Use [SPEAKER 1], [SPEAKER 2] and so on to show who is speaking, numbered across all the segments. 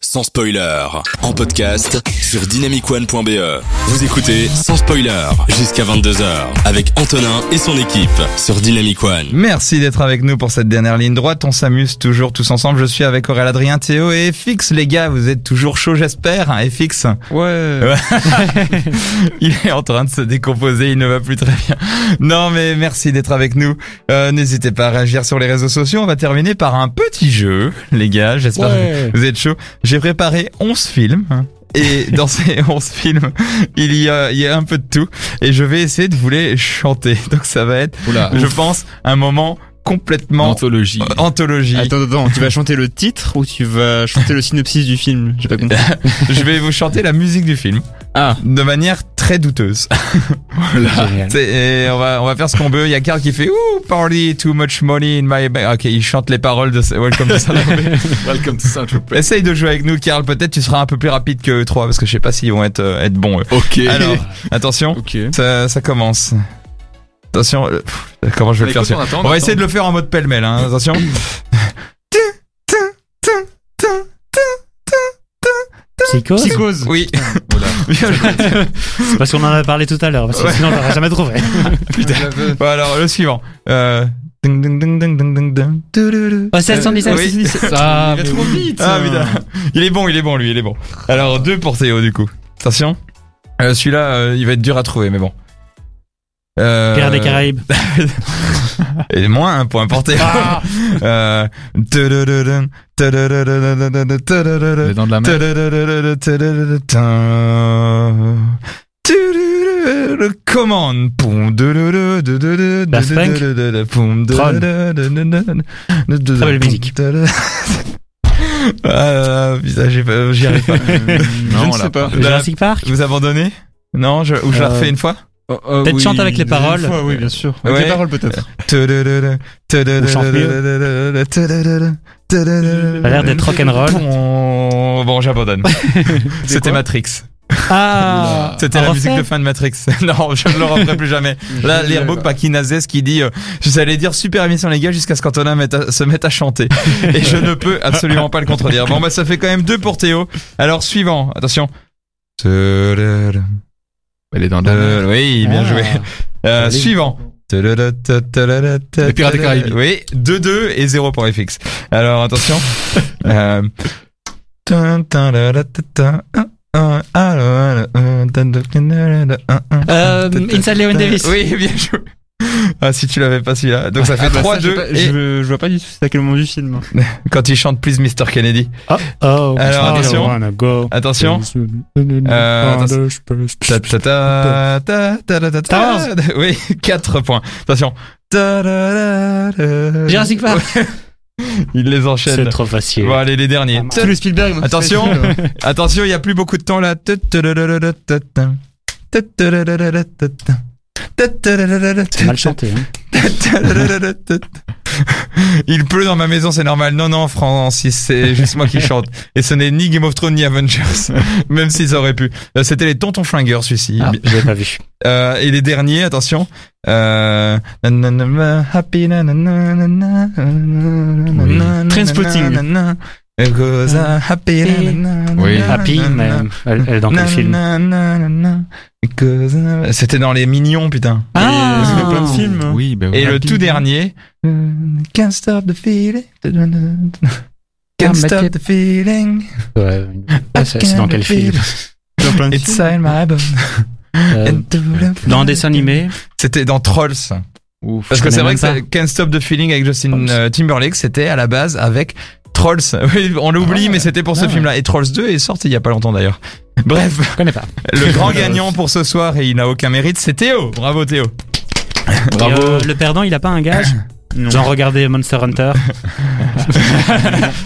[SPEAKER 1] sans spoiler. En podcast sur dynamicone.be. Vous écoutez sans spoiler jusqu'à 22h avec Antonin et son équipe sur Dynamic One.
[SPEAKER 2] Merci d'être avec nous pour cette dernière ligne droite. On s'amuse toujours tous ensemble. Je suis avec Aurélien Adrien, Théo et FX. Les gars, vous êtes toujours chaud, j'espère. hein, FX,
[SPEAKER 3] Ouais.
[SPEAKER 2] il est en train de se décomposer. Il ne va plus très bien. Non, mais merci d'être avec nous. Euh, N'hésitez pas à réagir sur les réseaux sociaux. On va terminer par un petit jeu, les gars. J'espère
[SPEAKER 3] Ouais.
[SPEAKER 2] que vous êtes chaud. J'ai préparé 11 films. hein, Et dans ces 11 films, il y, a, il y a un peu de tout. Et je vais essayer de vous les chanter. Donc ça va être
[SPEAKER 3] Oula.
[SPEAKER 2] je pense, un moment complètement
[SPEAKER 3] Anthologie.
[SPEAKER 2] anthologie.
[SPEAKER 4] Euh, Attends, attends, tu vas chanter le titre ou tu vas chanter le synopsis du film J'ai pas compris.
[SPEAKER 2] Je vais vous chanter la musique du film
[SPEAKER 4] Ah,
[SPEAKER 2] de manière très douteuse.
[SPEAKER 3] Génial.
[SPEAKER 2] C'est- et on va on va faire ce qu'on veut. Il y a Carl qui fait Ouh, party too much money in my bank. Ok, il chante les paroles de ce- Welcome to Saint-Tropez.
[SPEAKER 3] Welcome to Saint-Tropez.
[SPEAKER 2] Essaye de jouer avec nous, Carl. Peut-être tu seras un peu plus rapide que eux trois parce que je sais pas s'ils vont être euh, être bons. Eux.
[SPEAKER 3] Ok.
[SPEAKER 2] Alors, attention,
[SPEAKER 3] ok.
[SPEAKER 2] ça, ça commence. Attention, euh, pff, comment je vais le
[SPEAKER 4] Bah,
[SPEAKER 2] faire celui-là On va essayer de le faire en mode pêle-mêle, hein, attention.
[SPEAKER 5] Psycho
[SPEAKER 4] psychose.
[SPEAKER 2] Oui,
[SPEAKER 3] Voilà.
[SPEAKER 2] bien joué.
[SPEAKER 5] Parce qu'on en a parlé tout à l'heure, parce que
[SPEAKER 2] Ouais.
[SPEAKER 5] sinon on l'aurait jamais trouvé.
[SPEAKER 2] Bon, alors, le suivant. Euh... ding, ding, ding, ding, ding, ding, ding. Touloulou.
[SPEAKER 5] Oh, 717,
[SPEAKER 2] Euh, oui.
[SPEAKER 5] 717.
[SPEAKER 3] Ah,
[SPEAKER 4] Il va
[SPEAKER 3] mais
[SPEAKER 4] trop
[SPEAKER 3] oui.
[SPEAKER 4] vite.
[SPEAKER 2] Ah, putain. Il est bon, il est bon, lui, il est bon. Alors, deux pour Théo, du coup. Attention. Euh, Celui-là, euh, il va être dur à trouver, mais bon. Euh,
[SPEAKER 5] Pierre des Caraïbes.
[SPEAKER 2] Et moins un point pour Théo.
[SPEAKER 5] Ah
[SPEAKER 2] Euh, touloulou, touloulou, touloulou,
[SPEAKER 3] Les dents de la mer.
[SPEAKER 2] Commande.
[SPEAKER 5] Daft
[SPEAKER 2] Très
[SPEAKER 5] Très belle musique.
[SPEAKER 2] Ah, putain, j'ai pas- j'y arrive pas.
[SPEAKER 4] Je
[SPEAKER 3] Non,
[SPEAKER 4] ne sais
[SPEAKER 3] là.
[SPEAKER 4] pas.
[SPEAKER 5] Jurassic Park
[SPEAKER 2] Vous abandonnez Non, je, ou je la
[SPEAKER 4] Euh,
[SPEAKER 2] refais une fois
[SPEAKER 5] Peut-être chante avec les paroles.
[SPEAKER 4] Une fois, oui, bien sûr. Avec
[SPEAKER 2] Ouais.
[SPEAKER 4] les paroles peut-être.
[SPEAKER 5] chante Ça a l'air d'être rock'n'roll.
[SPEAKER 2] Bon, bon, j'abandonne. C'était
[SPEAKER 4] quoi
[SPEAKER 2] Matrix.
[SPEAKER 5] Ah
[SPEAKER 2] C'était
[SPEAKER 5] On
[SPEAKER 2] la
[SPEAKER 5] refait
[SPEAKER 2] musique de fin de Matrix. non, je ne le referai plus jamais. Là, l'Airbook par Kinazes qui dit euh, Je allais dire super émission les gars jusqu'à ce qu'Antonin mette à- se mette à chanter. Et je ne peux absolument pas le contredire. Bon, bah ça fait quand même deux pour Théo. Alors, suivant, attention. Oui,
[SPEAKER 3] Mais Les dents de la mer.
[SPEAKER 4] Ah.
[SPEAKER 2] bien joué. Euh,
[SPEAKER 5] Allez.
[SPEAKER 2] suivant. Les
[SPEAKER 3] Pirates des Caraïbes.
[SPEAKER 2] Oui, 2-2 et 0 pour FX. Alors, attention. Euh, tin, tin, la, la, ta, ta, un, un, allo, allo, un, tan, tan, tan, la, la, un, un,
[SPEAKER 5] Euh,
[SPEAKER 2] tan, tan,
[SPEAKER 5] Inside Llewyn
[SPEAKER 2] tan.
[SPEAKER 5] Davis.
[SPEAKER 2] Oui, bien joué. Ah, si tu l'avais pas celui-là. Donc ça fait
[SPEAKER 4] Ah, bah, ça,
[SPEAKER 2] 3-2
[SPEAKER 4] j'ai pas-
[SPEAKER 2] et
[SPEAKER 4] Je je vois pas du tout c'est à quel moment du film.
[SPEAKER 2] quand il chante Please Mr. Kennedy.
[SPEAKER 5] Oh, oh.
[SPEAKER 2] Alors,
[SPEAKER 5] I don't
[SPEAKER 2] attention.
[SPEAKER 5] wanna go.
[SPEAKER 2] Attention.
[SPEAKER 5] Euh,
[SPEAKER 2] attends. Ta, ta, ta, ta, ta, ta, ta,
[SPEAKER 5] Star
[SPEAKER 2] ta. Oui, 4 points. Attention. Ta, la, la, la.
[SPEAKER 5] Jurassic Park.
[SPEAKER 2] Il les enchaîne.
[SPEAKER 5] C'est trop facile.
[SPEAKER 2] Bon, allez, les derniers.
[SPEAKER 4] Tous les Spielberg. donc,
[SPEAKER 2] Attention.
[SPEAKER 4] c'est facile, ouais.
[SPEAKER 2] Attention, il y a plus beaucoup de temps là.
[SPEAKER 5] C'est mal chanté. Hein.
[SPEAKER 2] Il pleut dans ma maison, c'est normal. Non, non, Francis, c'est juste moi qui chante. Et ce n'est ni Game of Thrones ni Avengers, même s'ils auraient pu. Euh, C'était les tontons flingueurs, celui-ci.
[SPEAKER 5] Ah, je l'ai pas vu.
[SPEAKER 2] Euh, et les derniers, attention. Euh... nanana, Happy nanana, nanana, nanana,
[SPEAKER 3] Oui.
[SPEAKER 2] nanana,
[SPEAKER 4] Trainspotting.
[SPEAKER 2] nanana, goes a happy. nanana,
[SPEAKER 3] Oui.
[SPEAKER 5] Happy, mais
[SPEAKER 2] nanana,
[SPEAKER 5] elle, elle est dans quel film
[SPEAKER 2] nanana, nanana, goes a- C'était dans les mignons, putain.
[SPEAKER 4] Ah.
[SPEAKER 5] Ah.
[SPEAKER 4] Ils ont plein de films.
[SPEAKER 3] Oui,
[SPEAKER 5] Ben
[SPEAKER 3] bah oui.
[SPEAKER 2] Et le tout dernier. euh, Can't stop the feeling. Can't stop the feeling.
[SPEAKER 5] Ouais, ouais, c'est c'est dans quel film
[SPEAKER 4] Ils ont plein de
[SPEAKER 2] It's
[SPEAKER 4] films.
[SPEAKER 2] in my bones.
[SPEAKER 5] Euh,
[SPEAKER 2] And to the-
[SPEAKER 5] Dans un dessin animé
[SPEAKER 2] C'était dans Trolls.
[SPEAKER 3] Ouf.
[SPEAKER 2] Parce
[SPEAKER 5] Je
[SPEAKER 2] que c'est vrai
[SPEAKER 5] connais Oh,
[SPEAKER 2] que c'est Can't Stop the Feeling avec Justin
[SPEAKER 5] Trolls.
[SPEAKER 2] euh, Timberlake, c'était à la base avec Trolls. Oui, on l'oublie, mais c'était pour ce
[SPEAKER 5] Ah.
[SPEAKER 2] film-là. Et Trolls 2 est sorti il y a pas longtemps d'ailleurs. Bref,
[SPEAKER 5] Je connais pas.
[SPEAKER 2] le grand gagnant pour ce soir, et il n'a aucun mérite, c'est Théo. Bravo Théo.
[SPEAKER 5] Et, euh, le perdant, il a pas un gage
[SPEAKER 4] Non.
[SPEAKER 5] Genre regarder Monster Hunter.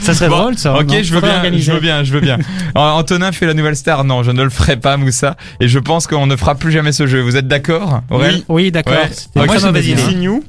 [SPEAKER 5] ça serait
[SPEAKER 2] Bon,
[SPEAKER 5] drôle ça. non
[SPEAKER 2] ok, je veux
[SPEAKER 5] Faudrait
[SPEAKER 2] bien,
[SPEAKER 5] organiser.
[SPEAKER 2] je veux bien, je veux bien. Alors, Antonin fait la nouvelle star. Non, je ne le ferai pas, Moussa. Et je pense qu'on ne fera plus jamais ce jeu. Vous êtes d'accord, Aurel
[SPEAKER 5] Oui, d'accord.
[SPEAKER 2] Ouais.
[SPEAKER 5] C'était
[SPEAKER 2] Ok.
[SPEAKER 5] une
[SPEAKER 2] Moi,
[SPEAKER 5] très
[SPEAKER 2] j'ai
[SPEAKER 5] mauvaise
[SPEAKER 2] des
[SPEAKER 5] idée.
[SPEAKER 4] Signe You.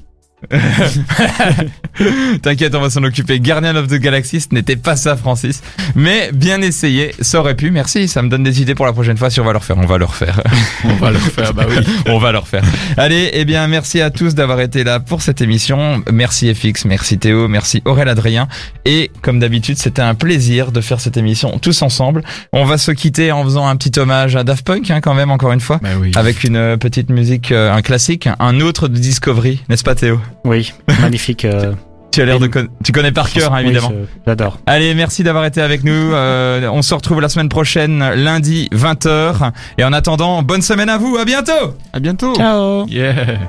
[SPEAKER 2] T'inquiète, on va s'en occuper. Guardian of the Galaxy, ce n'était pas ça, Francis. Mais bien essayé, ça aurait pu. Merci, ça me donne des idées pour la prochaine fois. Si on va le refaire, on va le refaire.
[SPEAKER 3] On va le faire, bah oui.
[SPEAKER 2] on va le refaire. Allez, eh bien, merci à tous d'avoir été là pour cette émission. Merci FX, merci Théo, merci Aurel Adrien. Et comme d'habitude, c'était un plaisir de faire cette émission tous ensemble. On va se quitter en faisant un petit hommage à Daft Punk, hein, quand même, encore une fois.
[SPEAKER 3] Bah oui.
[SPEAKER 2] Avec une euh, petite musique, euh, un classique, un autre de Discovery, n'est-ce pas Théo
[SPEAKER 5] Oui, magnifique. euh,
[SPEAKER 2] Tu as l'air de con- tu connais par cœur hein,
[SPEAKER 5] oui,
[SPEAKER 2] évidemment.
[SPEAKER 5] je- J'adore.
[SPEAKER 2] Allez, merci d'avoir été avec nous. Euh, on se retrouve la semaine prochaine, lundi 20h. Et en attendant, bonne semaine à vous. À bientôt.
[SPEAKER 3] À bientôt.
[SPEAKER 5] Ciao
[SPEAKER 3] Yeah.